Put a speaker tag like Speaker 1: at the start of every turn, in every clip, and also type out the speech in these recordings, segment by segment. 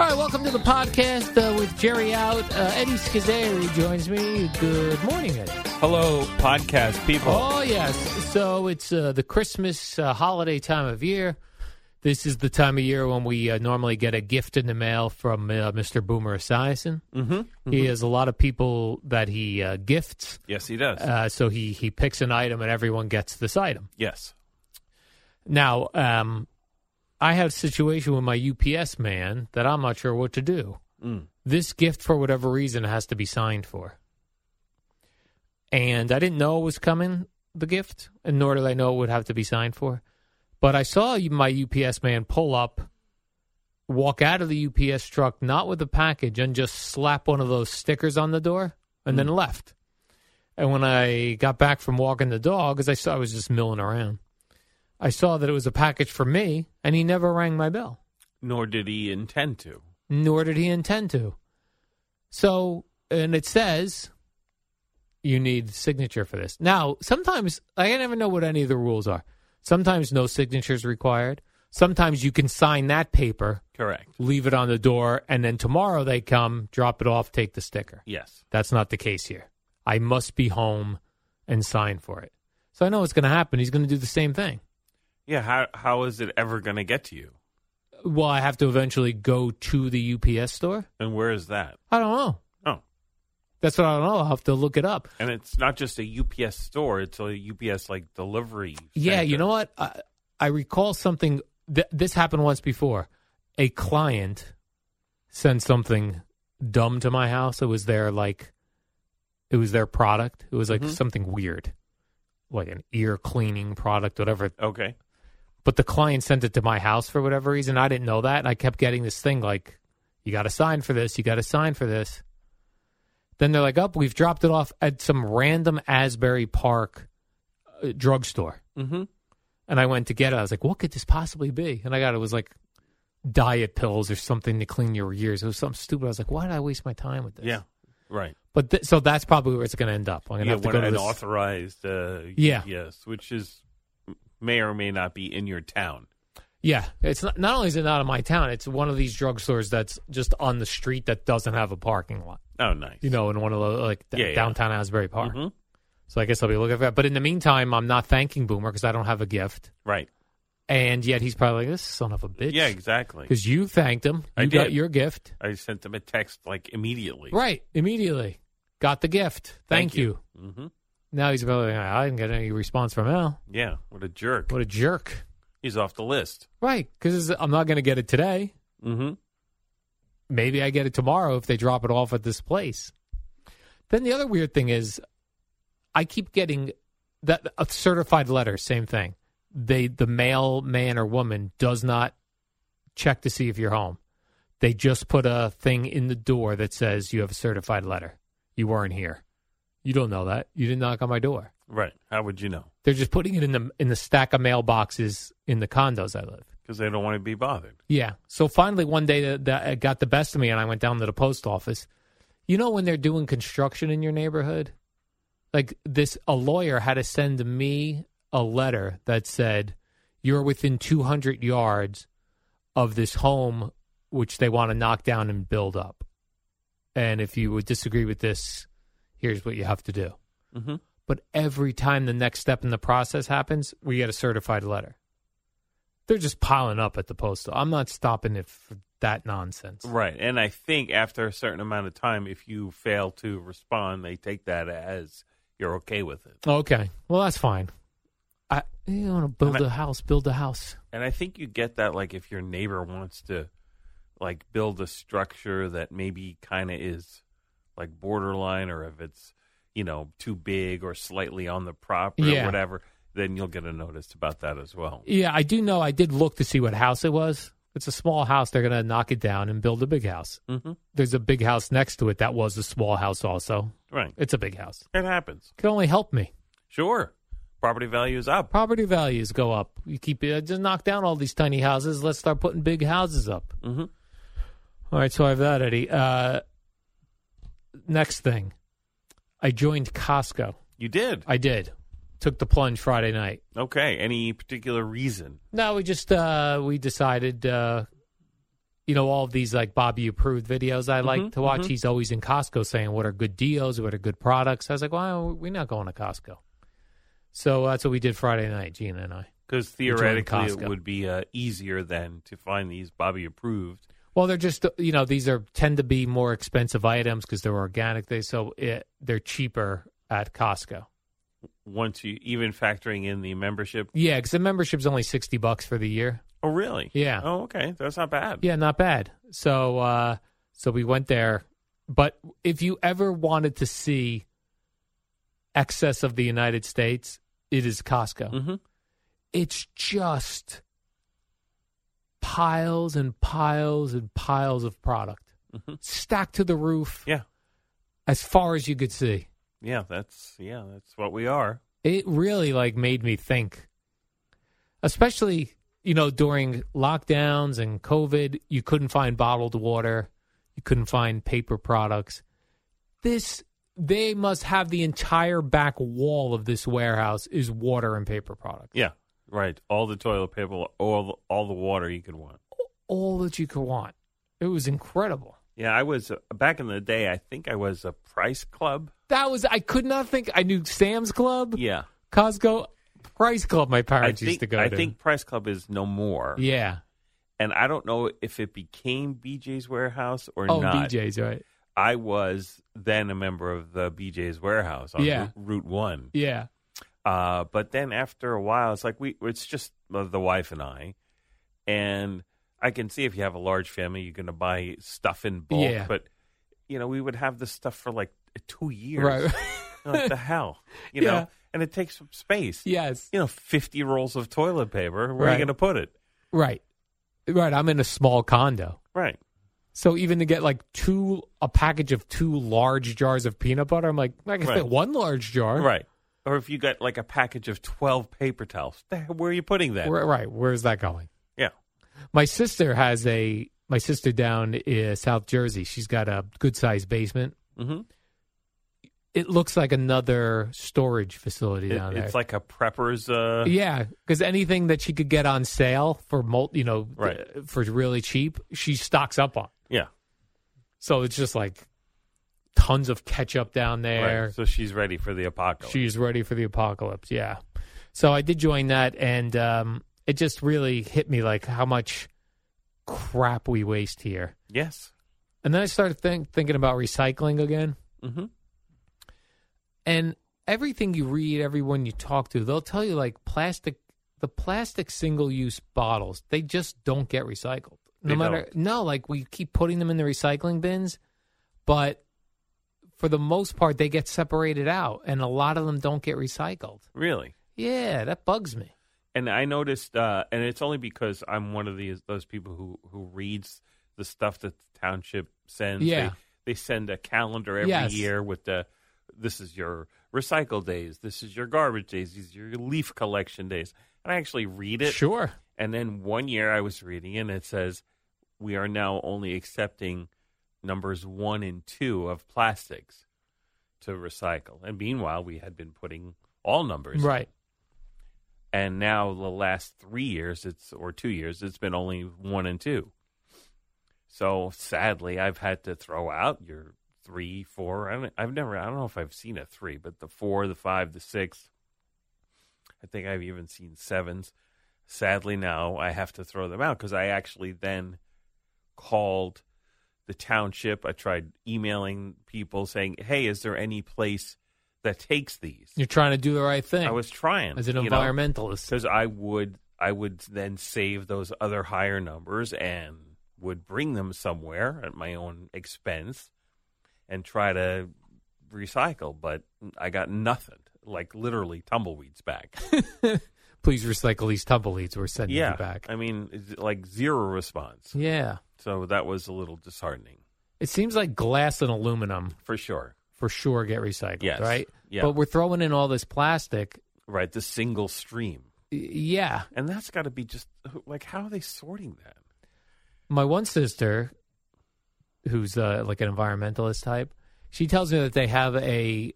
Speaker 1: All right, welcome to the podcast uh, with Jerry out. Uh, Eddie Schizzeri joins me. Good morning, Eddie.
Speaker 2: Hello, podcast people.
Speaker 1: Oh, yes. So it's uh, the Christmas uh, holiday time of year. This is the time of year when we uh, normally get a gift in the mail from uh, Mr. Boomer Esiason. Mm-hmm, He has a lot of people that he uh, gifts.
Speaker 2: Yes, he does.
Speaker 1: Uh, so he, he picks an item and everyone gets this item.
Speaker 2: yes.
Speaker 1: Now, um, I have a situation with my UPS man that I'm not sure what to do. This gift, for whatever reason, has to be signed for. And I didn't know it was coming, the gift, and nor did I know it would have to be signed for. But I saw my UPS man pull up, walk out of the UPS truck, not with the package, and just slap one of those stickers on the door and then left. And when I got back from walking the dog, because I saw I was just milling around, I saw that it was a package for me, and he never rang my bell,
Speaker 2: Nor did he intend to.
Speaker 1: nor did he intend to. So, and it says you need signature for this. Now, sometimes I never know what any of the rules are. Sometimes no signature is required. Sometimes you can sign that paper,
Speaker 2: Correct.
Speaker 1: leave it on the door, and then tomorrow they come, drop it off, take the sticker.
Speaker 2: Yes.
Speaker 1: That's not the case here. I must be home and sign for it. So I know what's going to happen. He's going to do the same thing.
Speaker 2: Yeah. How how is it ever going to get to you?
Speaker 1: Well, I have to eventually go to the UPS store.
Speaker 2: And where is that?
Speaker 1: I don't know.
Speaker 2: Oh,
Speaker 1: That's what I don't know. I'll have to look it up.
Speaker 2: and it's not just a UPS store; it's a UPS like delivery.
Speaker 1: Yeah,
Speaker 2: center.
Speaker 1: you know what? I, I recall something. Th- this happened once before. A client sent something dumb to my house. It was their like, it was their product. It was like something weird, like an ear cleaning product, whatever
Speaker 2: Okay.
Speaker 1: but the client sent it to my house for whatever reason. I didn't know that. And I kept getting this thing like, you got to sign for this. You got to sign for this. Then they're like, oh, we've dropped it off at some random Asbury Park uh, drugstore.
Speaker 2: Mm-hmm.
Speaker 1: And I went to get it. I was like, what could this possibly be? And I got it was like diet pills or something to clean your ears. It was something stupid. I was like, why did I waste my time with this?
Speaker 2: Yeah. Right.
Speaker 1: But th- so that's probably where it's going to end up. I'm going
Speaker 2: yeah.
Speaker 1: have to
Speaker 2: when
Speaker 1: go to
Speaker 2: an
Speaker 1: this-
Speaker 2: authorized uh,
Speaker 1: Yeah.
Speaker 2: UPS, which is may or may not be in your town.
Speaker 1: Yeah, it's not. Not only is it not in my town, it's one of these drugstores that's just on the street that doesn't have a parking lot.
Speaker 2: Oh, nice.
Speaker 1: You know, in one of the like d-
Speaker 2: Yeah, yeah.
Speaker 1: downtown Asbury Park.
Speaker 2: Mhm.
Speaker 1: So I guess I'll be looking for that. But in the meantime, I'm not thanking Boomer because I don't have a gift,
Speaker 2: Right.
Speaker 1: and yet he's probably like, "This son of a bitch."
Speaker 2: yeah. Exactly.
Speaker 1: because you thanked him. You
Speaker 2: I
Speaker 1: got
Speaker 2: did.
Speaker 1: your gift
Speaker 2: I sent them a text like immediately.
Speaker 1: right immediately. Got the gift. Thank, you.
Speaker 2: Mm-hmm.
Speaker 1: Now he's probably like, I didn't get any response from Al.
Speaker 2: Yeah. What a jerk.
Speaker 1: What a jerk!
Speaker 2: He's off the list.
Speaker 1: Right? Because I'm not going to get it today.
Speaker 2: Mm-hmm.
Speaker 1: maybe I get it tomorrow if they drop it off at this place. Then the other weird thing is, I keep getting that a certified letter, same thing. They the mail man or woman does not check to see if you're home. They just put a thing in the door that says you have a certified letter. You weren't here. You don't know that. You didn't knock on my door.
Speaker 2: Right. How would you know?
Speaker 1: They're just putting it in the in the stack of mailboxes in the condos I live.
Speaker 2: Because they don't want to be bothered.
Speaker 1: Yeah. So finally, one day that, that it got the best of me, and I went down to the post office. You know when they're doing construction in your neighborhood, like this, a lawyer had to send me a letter that said you're within 200 yards of this home which they want to knock down and build up, and if you would disagree with this, here's what you have to do.
Speaker 2: Mm-hmm.
Speaker 1: But every time the next step in the process happens, we get a certified letter. They're just piling up at the postal. I'm not stopping it for that nonsense.
Speaker 2: Right. And I think after a certain amount of time, if you fail to respond, they take that as you're okay with it.
Speaker 1: Okay. Well, that's fine. I you want to build a house, build a house.
Speaker 2: And I think you get that like if your neighbor wants to like build a structure that maybe kind of is like borderline or if it's, you know, too big or slightly on the property
Speaker 1: Yeah.
Speaker 2: or whatever, then you'll get a notice about that as well.
Speaker 1: Yeah, I do know. I did look to see what house it was. It's a small house. They're going to knock it down and build a big house.
Speaker 2: Mm-hmm.
Speaker 1: There's a big house next to it that was a small house also.
Speaker 2: Right.
Speaker 1: It's a big house.
Speaker 2: It happens.
Speaker 1: Could only help me.
Speaker 2: Sure. Property value is up.
Speaker 1: property values go up. You keep uh, just knock down all these tiny houses. Let's start putting big houses up.
Speaker 2: Mhm.
Speaker 1: All right, so I have that, Eddie. Uh, next thing, I joined Costco.
Speaker 2: You did.
Speaker 1: I did. Took the plunge Friday night.
Speaker 2: Okay. Any particular reason?
Speaker 1: No, we just uh, we decided, uh, you know, all of these like Bobby approved videos I like to watch. He's always in Costco saying what are good deals, what are good products. I was like, well, we're not going to Costco. So uh, that's what we did Friday night, Gina and I.
Speaker 2: Because
Speaker 1: joined
Speaker 2: theoretically, it
Speaker 1: Costco.
Speaker 2: would be uh, easier than to find these Bobby approved.
Speaker 1: Well, they're just you know these are tend to be more expensive items because they're organic. They so it, they're cheaper at Costco.
Speaker 2: Once you even factoring in the membership.
Speaker 1: Yeah, because the membership's only sixty bucks for the year.
Speaker 2: Oh, really?
Speaker 1: Yeah.
Speaker 2: Oh, okay. That's not bad.
Speaker 1: Yeah, not bad. So uh, so we went there, but if you ever wanted to see excess of the United States, it is Costco.
Speaker 2: Mm-hmm.
Speaker 1: it's just piles and piles and piles of product
Speaker 2: Mhm.
Speaker 1: stacked to the roof
Speaker 2: Yeah.
Speaker 1: as far as you could see
Speaker 2: Yeah. That's yeah. That's what we are.
Speaker 1: it really like made me think especially you know during lockdowns and covid you couldn't find bottled water you couldn't find paper products this they must have the entire back wall of this warehouse is water and paper products
Speaker 2: Yeah. Right. All the toilet paper, all all the water you could want.
Speaker 1: all that you could want. It was incredible.
Speaker 2: Yeah. I was uh, back in the day. I think I was a Price Club.
Speaker 1: That was I could not think I knew Sam's Club,
Speaker 2: Yeah.
Speaker 1: Costco, Price Club. My
Speaker 2: I
Speaker 1: parents used
Speaker 2: think
Speaker 1: to go
Speaker 2: I
Speaker 1: to.
Speaker 2: think Price Club is no more.
Speaker 1: yeah.
Speaker 2: And I don't know if it became BJ's Warehouse or
Speaker 1: Oh,
Speaker 2: not.
Speaker 1: BJ's right.
Speaker 2: I was then a member of the BJ's Warehouse on
Speaker 1: Yeah.
Speaker 2: Ru- Route One.
Speaker 1: Yeah,
Speaker 2: Uh, but then after a while, it's like we it's just uh, the wife and I, and I can see if you have a large family, you're going to buy stuff in bulk.
Speaker 1: Yeah.
Speaker 2: But you know, we would have this stuff for like two years.
Speaker 1: right.
Speaker 2: what the hell, you
Speaker 1: Yeah.
Speaker 2: know? And it takes some space.
Speaker 1: yes,
Speaker 2: You know, fifty rolls of toilet paper. Where are
Speaker 1: Right.
Speaker 2: you going to put it?
Speaker 1: right, right. I'm in a small condo,
Speaker 2: Right.
Speaker 1: so even to get like two a package of two large jars of peanut butter, I'm like I can
Speaker 2: Right.
Speaker 1: fit one large jar.
Speaker 2: Right. Or if you got like a package of twelve paper towels, the- where are you putting that?
Speaker 1: Where- right. Where's that going?
Speaker 2: Yeah.
Speaker 1: My sister has a my sister down in South Jersey. She's got a good sized basement.
Speaker 2: Mm-hmm.
Speaker 1: it looks like another storage facility
Speaker 2: It-
Speaker 1: down there.
Speaker 2: it's like a prepper's. Uh,
Speaker 1: yeah, because anything that she could get on sale for mul- you know,
Speaker 2: Right.
Speaker 1: th- for really cheap, she stocks up on.
Speaker 2: yeah,
Speaker 1: So it's just like tons of ketchup down there.
Speaker 2: right. So she's ready for the apocalypse.
Speaker 1: She's ready for the apocalypse. Yeah. So I did join that, and um, it just really hit me like how much crap we waste here.
Speaker 2: yes.
Speaker 1: And then I started think- thinking about recycling again.
Speaker 2: Mm-hmm.
Speaker 1: and everything you read, everyone you talk to, they'll tell you like plastic, the plastic single use bottles, they just don't get recycled. No
Speaker 2: They
Speaker 1: matter, no, like we keep putting them in the recycling bins, but for the most part, they get separated out, and a lot of them don't get recycled.
Speaker 2: Really?
Speaker 1: Yeah, that bugs me.
Speaker 2: And I noticed, uh, and it's only because I'm one of these those people who who reads the stuff that the township sends.
Speaker 1: Yeah.
Speaker 2: They, they send a calendar every
Speaker 1: Yes.
Speaker 2: year with the this is your recycle days, this is your garbage days, these are your leaf collection days. And I actually read it.
Speaker 1: Sure.
Speaker 2: And then one year I was reading it and it says we are now only accepting numbers one and two of plastics to recycle. And meanwhile, we had been putting all numbers. in.
Speaker 1: Right.
Speaker 2: And now the last three years, it's or two years, it's been only one and two. So sadly, I've had to throw out your three, four. I don't, I've never, I don't know if I've seen a three, but the four, the five, the six. I think I've even seen sevens. Sadly, now I have to throw them out because I actually then called the township. I tried emailing people saying, "Hey, is there any place that takes these?"
Speaker 1: You're trying to do the right thing
Speaker 2: I was trying
Speaker 1: as an
Speaker 2: you know?
Speaker 1: environmentalist.
Speaker 2: because I would I would then save those other higher numbers and would bring them somewhere at my own expense and try to recycle, but I got nothing. Like literally tumbleweeds back.
Speaker 1: Please recycle these tumbleweeds. We're sending
Speaker 2: yeah,
Speaker 1: you back.
Speaker 2: I mean, it's like zero response.
Speaker 1: yeah.
Speaker 2: So that was a little disheartening
Speaker 1: It seems like glass and aluminum
Speaker 2: for sure.
Speaker 1: for sure get recycled,
Speaker 2: Yes.
Speaker 1: right?
Speaker 2: Yeah.
Speaker 1: But we're throwing in all this plastic.
Speaker 2: Right, the single stream,
Speaker 1: Y- Yeah.
Speaker 2: and that's got to be just like how are they sorting that?
Speaker 1: My one sister, who's uh, like an environmentalist type, she tells me that they have a,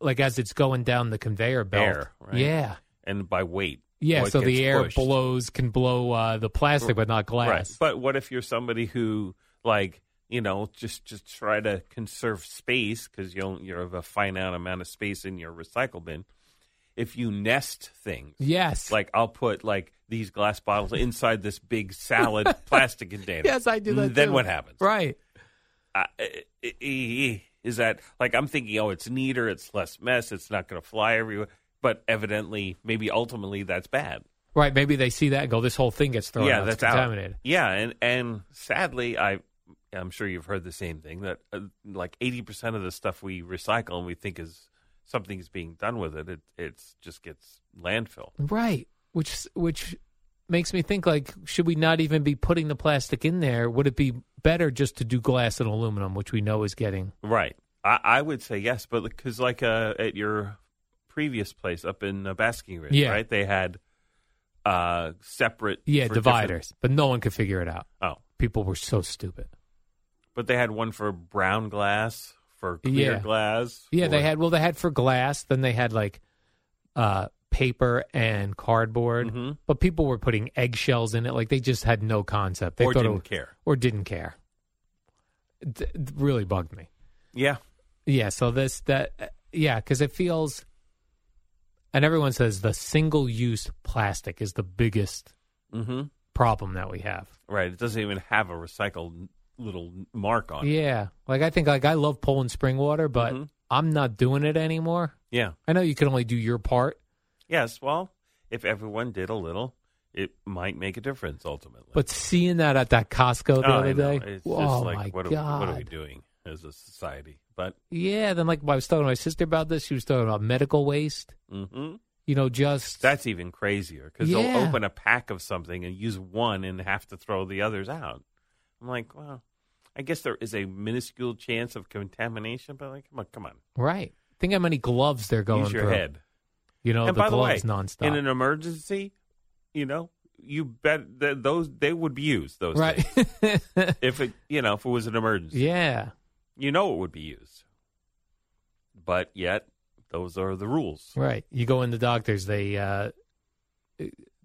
Speaker 1: like as it's going down the conveyor belt.
Speaker 2: Air, right?
Speaker 1: Yeah.
Speaker 2: And by weight,
Speaker 1: Yeah.
Speaker 2: what
Speaker 1: so
Speaker 2: gets
Speaker 1: the air
Speaker 2: pushed.
Speaker 1: blows, can blow uh, the plastic, but not glass.
Speaker 2: But what if you're somebody who like you know just just try to conserve space because you you have a finite amount of space in your recycle bin. If you nest things,
Speaker 1: Yes.
Speaker 2: like I'll put like these glass bottles inside this big salad plastic container.
Speaker 1: yes, I do that.
Speaker 2: Then
Speaker 1: too.
Speaker 2: what happens?
Speaker 1: Right.
Speaker 2: I- eh, I- I- I- eh, Is that like I'm thinking? Oh, it's neater, it's less mess, it's not going to fly everywhere. But evidently, maybe ultimately, that's bad.
Speaker 1: Right. Maybe they see that and go, this whole thing gets thrown
Speaker 2: yeah,
Speaker 1: out. It's
Speaker 2: that's out.
Speaker 1: contaminated.
Speaker 2: Yeah, and and sadly, I I'm sure you've heard the same thing that uh, like 80 percent of the stuff we recycle and we think is something's being done with it, it it's just gets landfill.
Speaker 1: Right. Which which makes me think like should we not even be putting the plastic in there? Would it be better just to do glass and aluminum, which we know is getting
Speaker 2: Right. I, I would say yes, but because like uh, at your previous place up in uh, Basking Ridge,
Speaker 1: Yeah.
Speaker 2: right? They had uh separate
Speaker 1: yeah
Speaker 2: for different-
Speaker 1: dividers, but no one could figure it out.
Speaker 2: Oh,
Speaker 1: People were so stupid.
Speaker 2: but they had one for brown glass, for clear
Speaker 1: Yeah.
Speaker 2: glass.
Speaker 1: Yeah, they
Speaker 2: for-
Speaker 1: had well they had for glass, then they had like uh paper and cardboard,
Speaker 2: Mhm.
Speaker 1: but people were putting eggshells in it like they just had no concept. They
Speaker 2: or
Speaker 1: thought it
Speaker 2: didn't
Speaker 1: was-
Speaker 2: care.
Speaker 1: or didn't care. It, it really bugged me.
Speaker 2: Yeah.
Speaker 1: Yeah, so this that uh, yeah, because it feels, and everyone says the single use plastic is the biggest
Speaker 2: Mm-hmm.
Speaker 1: problem that we have.
Speaker 2: Right. It doesn't even have a recycled little mark on it.
Speaker 1: Yeah, like I think like I love pulling spring water, but
Speaker 2: Mhm.
Speaker 1: I'm not doing it anymore.
Speaker 2: Yeah.
Speaker 1: I know you can only do your part,
Speaker 2: Yes. Well, if everyone did a little, it might make a difference ultimately.
Speaker 1: but seeing that at that Costco the
Speaker 2: Oh, I
Speaker 1: other
Speaker 2: know.
Speaker 1: day,
Speaker 2: it's
Speaker 1: oh
Speaker 2: just
Speaker 1: my
Speaker 2: like, what are, we,
Speaker 1: god,
Speaker 2: what are we doing as a society? But
Speaker 1: yeah. Then like I was talking to my sister about this, she was talking about medical waste.
Speaker 2: mhm.
Speaker 1: You know, just
Speaker 2: that's even crazier because
Speaker 1: Yeah.
Speaker 2: they'll open a pack of something and use one and have to throw the others out. I'm like, well, I guess there is a minuscule chance of contamination, but like, come on, come on,
Speaker 1: right. Think how many gloves they're going
Speaker 2: use your
Speaker 1: through.
Speaker 2: head.
Speaker 1: You know,
Speaker 2: and
Speaker 1: the
Speaker 2: by the way,
Speaker 1: gloves nonstop.
Speaker 2: in an emergency, you know, you bet that those they would be used. Those
Speaker 1: right.
Speaker 2: things. if it you know if it was an emergency,
Speaker 1: yeah.
Speaker 2: you know it would be used. But yet, those are the rules.
Speaker 1: Right. You go in the doctor's, they uh,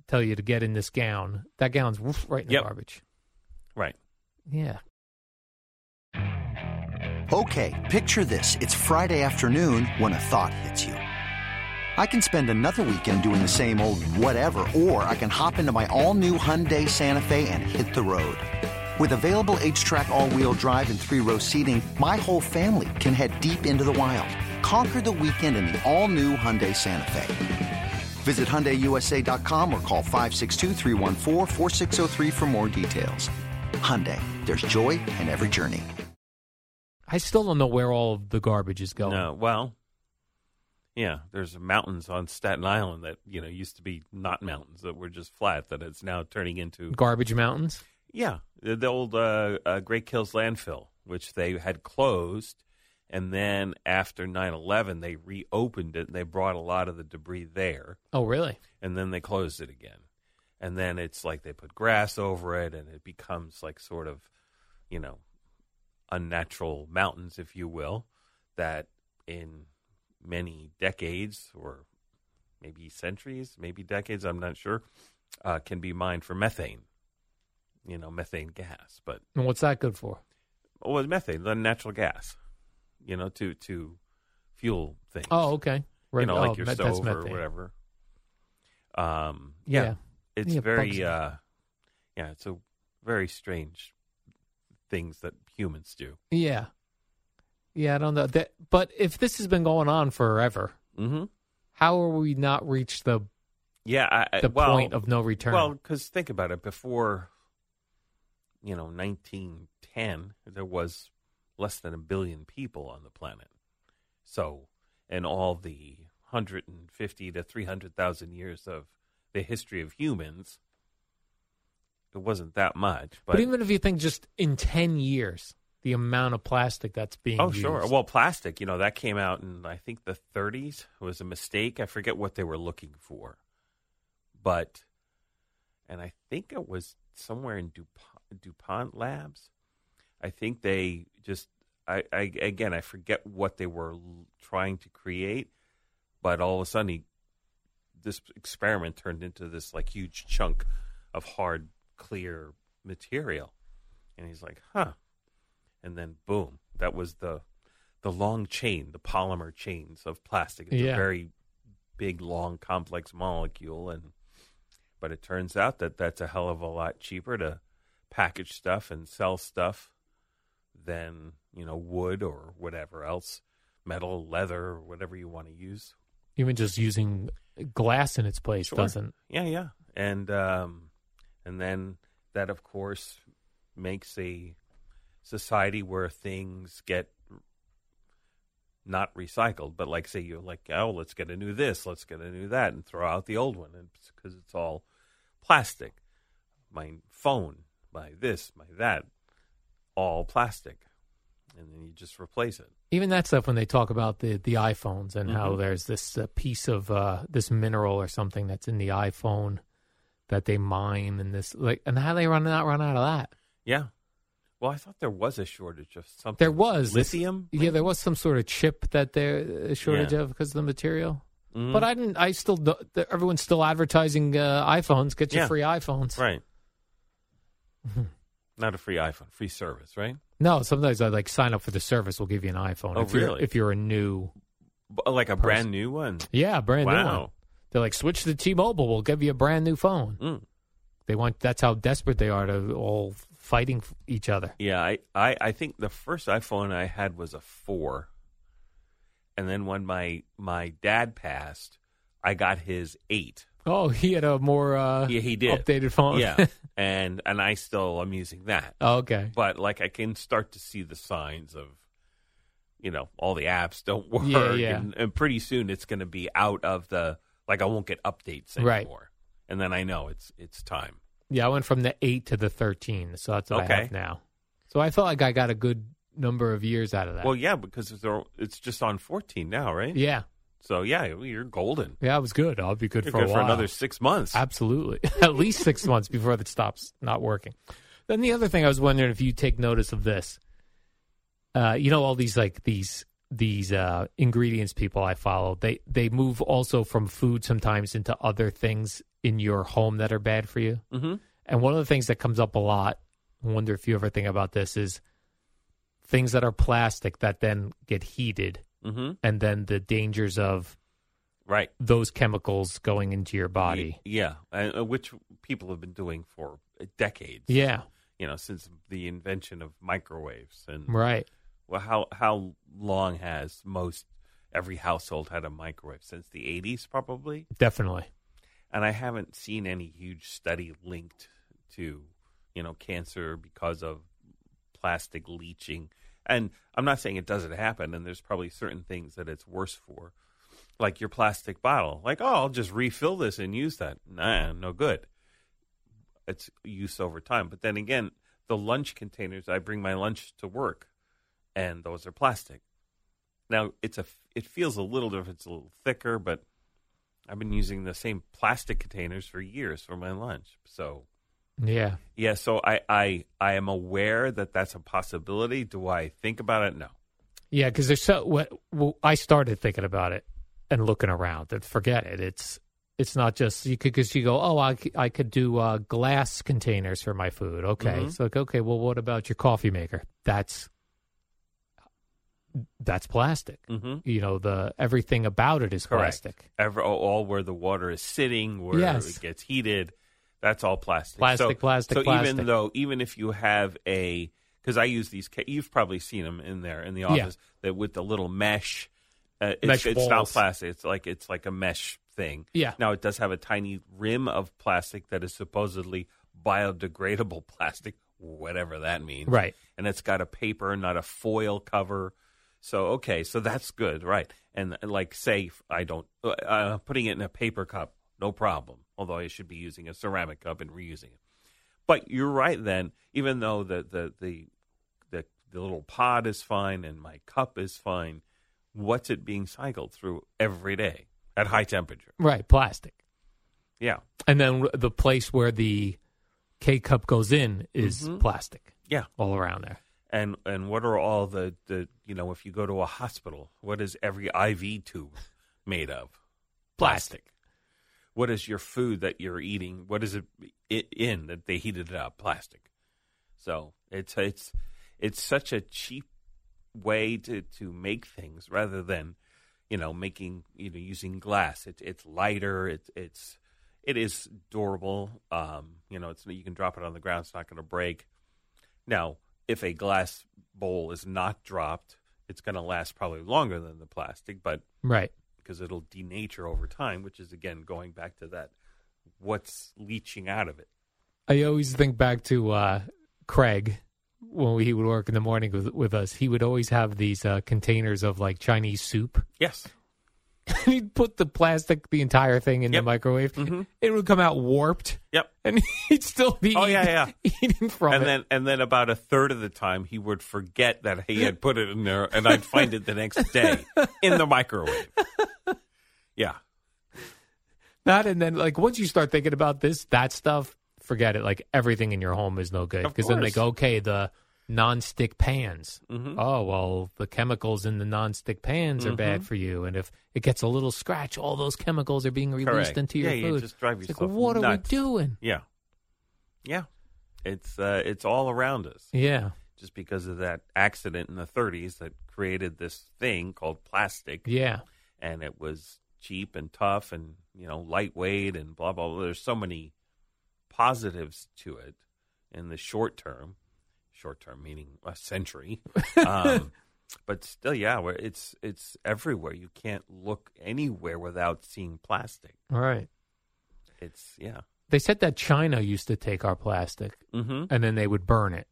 Speaker 1: tell you to get in this gown. That gown's woof, right in
Speaker 2: Yep.
Speaker 1: the garbage.
Speaker 2: Right.
Speaker 1: Yeah.
Speaker 3: Okay, picture this. It's Friday afternoon when a thought hits you. I can spend another weekend doing the same old whatever, or I can hop into my all new Hyundai Santa Fe and hit the road. With available H track, all wheel drive, and three row seating, my whole family can head deep into the wild. Conquer the weekend in the all new Hyundai Santa Fe. Visit HyundaiUSA.com or call 562-314-4603 for more details. Hyundai, there's joy in every journey.
Speaker 1: I still don't know where all of the garbage is going.
Speaker 2: No, well, yeah, there's mountains on Staten Island that you know used to be not mountains that were just flat that it's now turning into.
Speaker 1: Garbage mountains.
Speaker 2: Yeah, the, the old uh, uh, Great Kills landfill, which they had closed, and then after 9-11, they reopened it. and They brought a lot of the debris there,
Speaker 1: Oh, really?
Speaker 2: and then they closed it again. And then it's like they put grass over it, and it becomes like sort of, you know, unnatural mountains, if you will, that in many decades or maybe centuries, maybe decades, I'm not sure, uh, can be mined for methane, you know, methane gas. But
Speaker 1: And what's that good for?
Speaker 2: well, methane, the natural gas, you know, to to fuel things.
Speaker 1: Oh, okay.
Speaker 2: you know,
Speaker 1: oh,
Speaker 2: like your
Speaker 1: me- that's
Speaker 2: stove or
Speaker 1: methane.
Speaker 2: whatever. Um,
Speaker 1: Yeah.
Speaker 2: yeah, it's
Speaker 1: Yeah, it bugs
Speaker 2: very,
Speaker 1: me.
Speaker 2: uh, yeah, it's a very strange things that humans do.
Speaker 1: Yeah. Yeah, I don't know. That, but if this has been going on forever,
Speaker 2: Mm-hmm.
Speaker 1: how are we not reached the
Speaker 2: Yeah, I, I-
Speaker 1: the
Speaker 2: well,
Speaker 1: point of no return?
Speaker 2: Well, because think about it. Before, you know, 1910, there was less than a billion people on the planet. So, in all the 150 to 300,000 years of the history of humans, it wasn't that much. But,
Speaker 1: but, even if you think just in 10 years, the amount of plastic that's being
Speaker 2: oh,
Speaker 1: used.
Speaker 2: sure. Well, plastic, you know, that came out in I think the 30s. It was a mistake. I forget what they were looking for, but, and I think it was somewhere in DuPont, DuPont Labs. I think they just, I, I again, I forget what they were l- trying to create, but all of a sudden, he, this experiment turned into this like huge chunk of hard, clear material, and he's like, huh and then boom, that was the the long chain, the polymer chains of plastic. It's
Speaker 1: Yeah.
Speaker 2: a very big, long, complex molecule, and but it turns out that that's a hell of a lot cheaper to package stuff and sell stuff than you know wood or whatever else, metal, leather, or whatever you want to use.
Speaker 1: even just using glass in its place
Speaker 2: Sure.
Speaker 1: doesn't.
Speaker 2: Yeah, yeah. And um, and then that of course makes a society where things get not recycled, but like say you're like, oh, let's get a new this, let's get a new that, and throw out the old one, because it's all plastic. My phone, my this, my that, all plastic, and then you just replace it.
Speaker 1: Even that stuff when they talk about the, the iPhones and how
Speaker 2: Mm-hmm.
Speaker 1: there's this uh, piece of uh, this mineral or something that's in the iPhone that they mine and this like and how they run not run out of that.
Speaker 2: Yeah. Well, I thought there was a shortage of something.
Speaker 1: There was this-
Speaker 2: lithium.
Speaker 1: yeah, there was some sort of chip that there a shortage
Speaker 2: Yeah.
Speaker 1: of because of the material.
Speaker 2: Mhm.
Speaker 1: But I didn't. I still. do- the- Everyone's still advertising uh, iPhones. Get your
Speaker 2: Yeah.
Speaker 1: free iPhones.
Speaker 2: Right. Not a free iPhone, free service, right?
Speaker 1: No, sometimes I like sign up for the service. We'll give you an iPhone.
Speaker 2: Oh,
Speaker 1: if you're,
Speaker 2: really?
Speaker 1: If you're a new,
Speaker 2: B- uh, like a brand new one.
Speaker 1: yeah, brand new one.
Speaker 2: wow.
Speaker 1: They're like, switch to T-Mobile. We'll give you a brand new phone.
Speaker 2: Mm.
Speaker 1: They want. That's how desperate they are to all fighting f- each other.
Speaker 2: Yeah, I, I, I think the first iPhone I had was a four, and then when my my dad passed, I got his eight.
Speaker 1: Oh, he had a more uh,
Speaker 2: Yeah, he did
Speaker 1: updated phone.
Speaker 2: Yeah, and and I still am using that,
Speaker 1: oh, okay.
Speaker 2: but like I can start to see the signs of, you know, all the apps don't work,
Speaker 1: Yeah, yeah.
Speaker 2: And, and pretty soon it's going to be out of the like I won't get updates anymore,
Speaker 1: Right.
Speaker 2: and then I know it's it's time.
Speaker 1: Yeah, I went from the eight to the thirteen, so that's what I
Speaker 2: Okay.
Speaker 1: have now. So I felt like I got a good number of years out of that.
Speaker 2: Well, yeah, because they're- it's just on 14 now, right?
Speaker 1: yeah,
Speaker 2: So, yeah, you're golden.
Speaker 1: yeah, I was good. I'll be good
Speaker 2: You're
Speaker 1: for
Speaker 2: good
Speaker 1: a
Speaker 2: for
Speaker 1: while.
Speaker 2: another six months.
Speaker 1: Absolutely. At least six months before it stops not working. Then the other thing I was wondering if you take notice of this. Uh, you know all these like these these uh, ingredients people I follow. They they move also from food sometimes into other things in your home that are bad for you.
Speaker 2: mm-hmm.
Speaker 1: And one of the things that comes up a lot, I wonder if you ever think about this, is things that are plastic that then get heated
Speaker 2: Mm-hmm.
Speaker 1: and then the dangers of
Speaker 2: Right.
Speaker 1: those chemicals going into your body.
Speaker 2: Y- yeah, uh, which people have been doing for uh, decades.
Speaker 1: Yeah.
Speaker 2: You know, since the invention of microwaves. And
Speaker 1: Right.
Speaker 2: well, how, how long has most every household had a microwave? Since the 80s, probably?
Speaker 1: Definitely.
Speaker 2: and I haven't seen any huge study linked to you know cancer because of plastic leaching. And I'm not saying it doesn't happen, and there's probably certain things that it's worse for, like your plastic bottle. Like, oh, I'll just refill this and use that. Nah, no good. It's use over time. But then again, the lunch containers, I bring my lunch to work, and those are plastic. Now it's a it feels a little different. It's a little thicker, but I've been using the same plastic containers for years for my lunch. So
Speaker 1: Yeah.
Speaker 2: yeah, so I I I am aware that that's a possibility. Do I think about it? No.
Speaker 1: Yeah, because there's so. What, well, I started thinking about it and looking around, and forget it. It's it's not just you could because you go, oh, I, c- I could do uh, glass containers for my food. Okay, it's like okay, well, what about your coffee maker? That's that's plastic.
Speaker 2: Mhm.
Speaker 1: You know, the everything about it is plastic.
Speaker 2: Ever all where the water is sitting, where
Speaker 1: Yes.
Speaker 2: it gets heated, that's all plastic.
Speaker 1: Plastic,
Speaker 2: so,
Speaker 1: plastic,
Speaker 2: So
Speaker 1: plastic.
Speaker 2: even though even if you have a because I use these, ca- you've probably seen them in there in the office that with the little mesh. Uh, it's,
Speaker 1: Mesh
Speaker 2: it's not
Speaker 1: balls.
Speaker 2: plastic. It's like it's like a mesh thing.
Speaker 1: Yeah.
Speaker 2: Now it does have a tiny rim of plastic that is supposedly biodegradable plastic, whatever that means.
Speaker 1: Right.
Speaker 2: and it's got a paper, not a foil cover. So okay, so that's good, right? And uh, like, say f- I don't uh, uh, putting it in a paper cup, no problem. Although I should be using a ceramic cup and reusing it. But you're right. Then, even though the the the the, the little pod is fine and my cup is fine, what's it being cycled through every day at high temperature?
Speaker 1: Right, plastic.
Speaker 2: Yeah,
Speaker 1: And then r- the place where the K cup goes in is plastic
Speaker 2: yeah.
Speaker 1: all around there.
Speaker 2: and and what are all the the you know if you go to a hospital what is every iv tube made of
Speaker 1: Plastic.
Speaker 2: what is your food that you're eating what is it i- in that they heated it up plastic so it's it's it's such a cheap way to to make things rather than you know making you know using glass it, it's lighter it, it's it is durable um you know it's you can drop it on the ground it's not going to break now, if a glass bowl is not dropped, it's going to last probably longer than the plastic, but
Speaker 1: Right.
Speaker 2: because it'll denature over time, which is again going back to that what's leaching out of it.
Speaker 1: I always think back to uh, Craig when he would work in the morning with, with us. He would always have these uh, containers of like Chinese soup.
Speaker 2: Yes.
Speaker 1: He'd put the plastic, the entire thing in the
Speaker 2: Yep. Mm-hmm.
Speaker 1: microwave. It would come out warped,
Speaker 2: Yep.
Speaker 1: and he'd still be
Speaker 2: Oh,
Speaker 1: eating,
Speaker 2: yeah,
Speaker 1: eating from
Speaker 2: and
Speaker 1: it.
Speaker 2: then and then about a third of the time he would forget that he had put it in there and I'd find it the next day in the microwave. Yeah.
Speaker 1: Not and then like once you start thinking about this, that stuff, forget it. Like everything in your home is no good
Speaker 2: Of
Speaker 1: because then they
Speaker 2: course. Mm-hmm.
Speaker 1: go, okay, the non-stick pans. Oh well, the chemicals in the non-stick pans are
Speaker 2: Mm-hmm.
Speaker 1: bad for you, and if it gets a little scratch, all those chemicals are being released
Speaker 2: Correct.
Speaker 1: into your
Speaker 2: Yeah, you
Speaker 1: food.
Speaker 2: just drive
Speaker 1: It's like,
Speaker 2: yourself
Speaker 1: what are we
Speaker 2: nuts."
Speaker 1: doing?
Speaker 2: Yeah. Yeah. It's uh it's all around us.
Speaker 1: Yeah,
Speaker 2: just because of that accident in the 30s that created this thing called plastic
Speaker 1: yeah,
Speaker 2: and it was cheap and tough and you know lightweight and blah blah blah there's so many positives to it in the short term short term meaning a century um, but still yeah where it's it's everywhere you can't look anywhere without seeing plastic
Speaker 1: all right.
Speaker 2: it's yeah
Speaker 1: They said that China used to take our plastic
Speaker 2: mm-hmm
Speaker 1: and then they would burn it,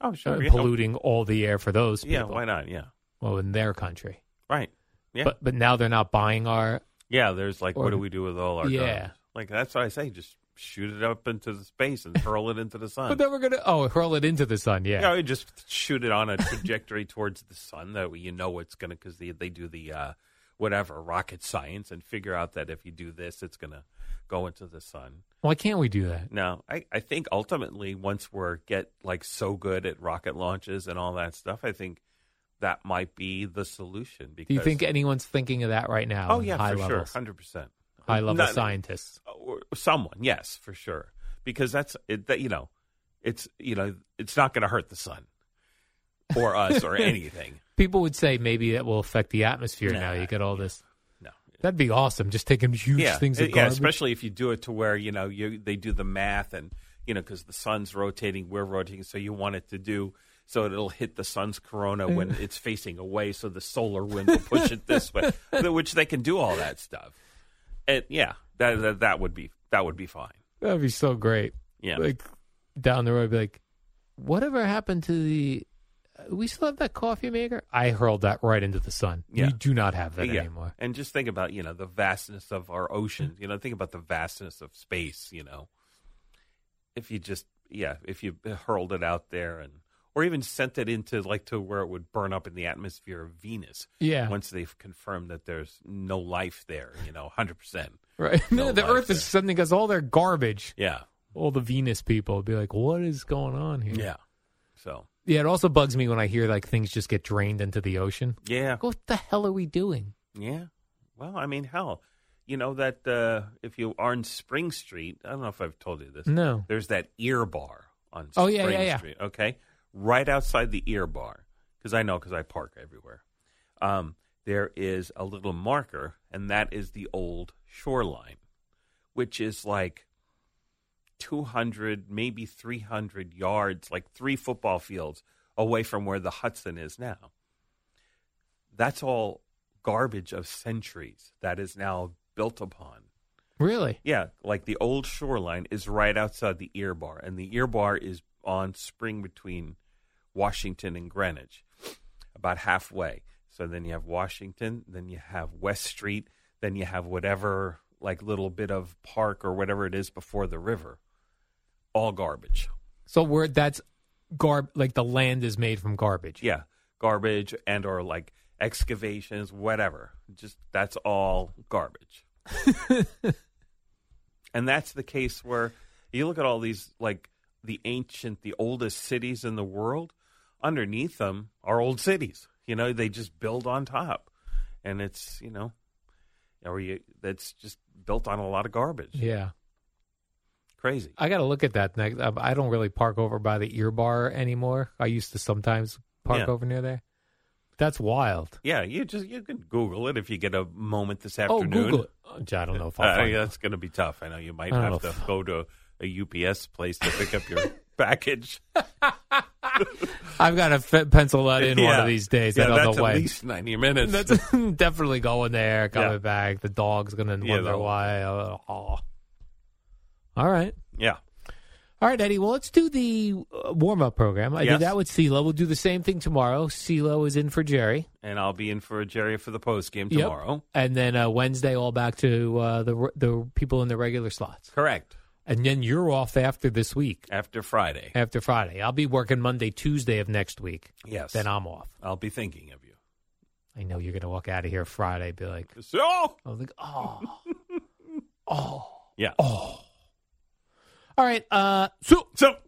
Speaker 2: oh
Speaker 1: uh,
Speaker 2: sure yeah.
Speaker 1: polluting all the air for those people.
Speaker 2: yeah why not yeah
Speaker 1: Well, in their country,
Speaker 2: right yeah
Speaker 1: but but now they're not buying our
Speaker 2: Yeah, there's like,
Speaker 1: Or-
Speaker 2: what do we do with all our
Speaker 1: Yeah.
Speaker 2: guns? Like that's what I say. Just shoot it up into the space and hurl it into the sun.
Speaker 1: But then we're gonna oh hurl it into the sun. Yeah,
Speaker 2: yeah, we just shoot it on a trajectory towards the sun. That way you know it's gonna because they they do the uh, whatever rocket science and figure out that if you do this, it's gonna go into the sun.
Speaker 1: Why can't we do that?
Speaker 2: Now, I, I think ultimately once we're get like so good at rocket launches and all that stuff, I think that might be the solution. Because
Speaker 1: Do you think anyone's thinking of that right now?
Speaker 2: Oh
Speaker 1: in
Speaker 2: yeah,
Speaker 1: high
Speaker 2: for sure,
Speaker 1: levels,
Speaker 2: hundred percent.
Speaker 1: high level scientists.
Speaker 2: or someone yes for sure because that's it, that you know it's you know it's not going to hurt the sun or us or anything
Speaker 1: People would say maybe that will affect the atmosphere. now you get all this.
Speaker 2: no
Speaker 1: That'd be awesome. Just taking huge
Speaker 2: yeah, uh,
Speaker 1: things of
Speaker 2: yeah
Speaker 1: garbage.
Speaker 2: especially if you do it to where you know you they do the math and you know because the sun's rotating we're rotating so you want it to do so it'll hit the sun's corona when
Speaker 1: Mm.
Speaker 2: it's facing away so the solar wind will push it this way which they can do all that stuff and yeah that that, that would be that would be fine
Speaker 1: That'd be so great.
Speaker 2: yeah
Speaker 1: Like down the road, be like, whatever happened to the we still have that coffee maker? I hurled that right into the sun.
Speaker 2: Yeah.
Speaker 1: We do not have that
Speaker 2: Yeah.
Speaker 1: anymore.
Speaker 2: And just think about, you know, the vastness of our oceans. You know, think about the vastness of space, you know. If you just yeah, if you hurled it out there and or even sent it into like to where it would burn up in the atmosphere of Venus.
Speaker 1: Yeah.
Speaker 2: Once they've confirmed that there's no life there, you know, hundred percent.
Speaker 1: Right.
Speaker 2: No
Speaker 1: the
Speaker 2: life
Speaker 1: Earth is
Speaker 2: there.
Speaker 1: sending us all their garbage.
Speaker 2: Yeah.
Speaker 1: All the Venus people would be like, what is going on here?
Speaker 2: Yeah. So
Speaker 1: Yeah, it also bugs me when I hear like things just get drained into the ocean.
Speaker 2: yeah.
Speaker 1: Like, what the hell are we doing?
Speaker 2: Yeah. Well, I mean, hell, you know that uh, if you are on Spring Street, I don't know if I've told you this.
Speaker 1: No.
Speaker 2: There's that ear bar on
Speaker 1: Oh, yeah,
Speaker 2: Spring
Speaker 1: yeah, yeah.
Speaker 2: Street. Okay, right outside the ear bar, because I know because I park everywhere. Um, there is a little marker, and that is the old shoreline, which is like. 200 maybe 300 yards like three football fields away from where the Hudson is now that's all garbage of centuries that is now built upon.
Speaker 1: Really?
Speaker 2: Yeah, like the old shoreline is right outside the ear bar, and the ear bar is on spring between Washington and Greenwich, about halfway. So then you have Washington, then you have West Street, then you have whatever like little bit of park or whatever it is before the river. All garbage.
Speaker 1: So we're that's garb like the land is made from garbage.
Speaker 2: Yeah, garbage and or like excavations, whatever. Just that's all garbage. and that's the case where you look at all these like the ancient, the oldest cities in the world. Underneath them are old cities. You know, they just build on top, and it's you know, or you that's just built on a lot of garbage.
Speaker 1: Yeah.
Speaker 2: Crazy.
Speaker 1: I got to look at that next. I I don't really park over by the ear bar anymore. I used to sometimes park
Speaker 2: Yeah.
Speaker 1: over near there. That's wild.
Speaker 2: Yeah, you just you can Google it if you get a moment this
Speaker 1: Oh,
Speaker 2: afternoon.
Speaker 1: Google. it. Oh, gee, I don't know if I'll
Speaker 2: Uh,
Speaker 1: find it.
Speaker 2: that's going to be tough. I know you might
Speaker 1: I
Speaker 2: have
Speaker 1: don't know
Speaker 2: to go to a UPS place to pick up your package.
Speaker 1: I've got to fit, pencil that in one
Speaker 2: Yeah.
Speaker 1: of these days.
Speaker 2: Yeah,
Speaker 1: I don't
Speaker 2: that's
Speaker 1: know
Speaker 2: at
Speaker 1: when.
Speaker 2: least ninety minutes.
Speaker 1: That's definitely going there, coming
Speaker 2: Yeah.
Speaker 1: back. The dog's going to
Speaker 2: Yeah,
Speaker 1: wonder
Speaker 2: they'll-
Speaker 1: why. Oh. All right.
Speaker 2: yeah,
Speaker 1: All right, Eddie. Well, let's do the warm up program. I
Speaker 2: Yes.
Speaker 1: did that with CeeLo. We'll do the same thing tomorrow. CeeLo is in for Jerry.
Speaker 2: and I'll be in for a Jerry for the post game
Speaker 1: Yep.
Speaker 2: tomorrow.
Speaker 1: And then uh, Wednesday, all back to uh, the, re- the people in the regular slots.
Speaker 2: Correct.
Speaker 1: And then you're off after this week,
Speaker 2: After Friday.
Speaker 1: after Friday. I'll be working Monday, Tuesday of next week.
Speaker 2: Yes.
Speaker 1: Then I'm off.
Speaker 2: I'll be thinking of you.
Speaker 1: I know you're going to walk out of here Friday, be like,
Speaker 2: So
Speaker 1: I was like, oh.
Speaker 2: yeah.
Speaker 1: All right. Uh, so
Speaker 2: So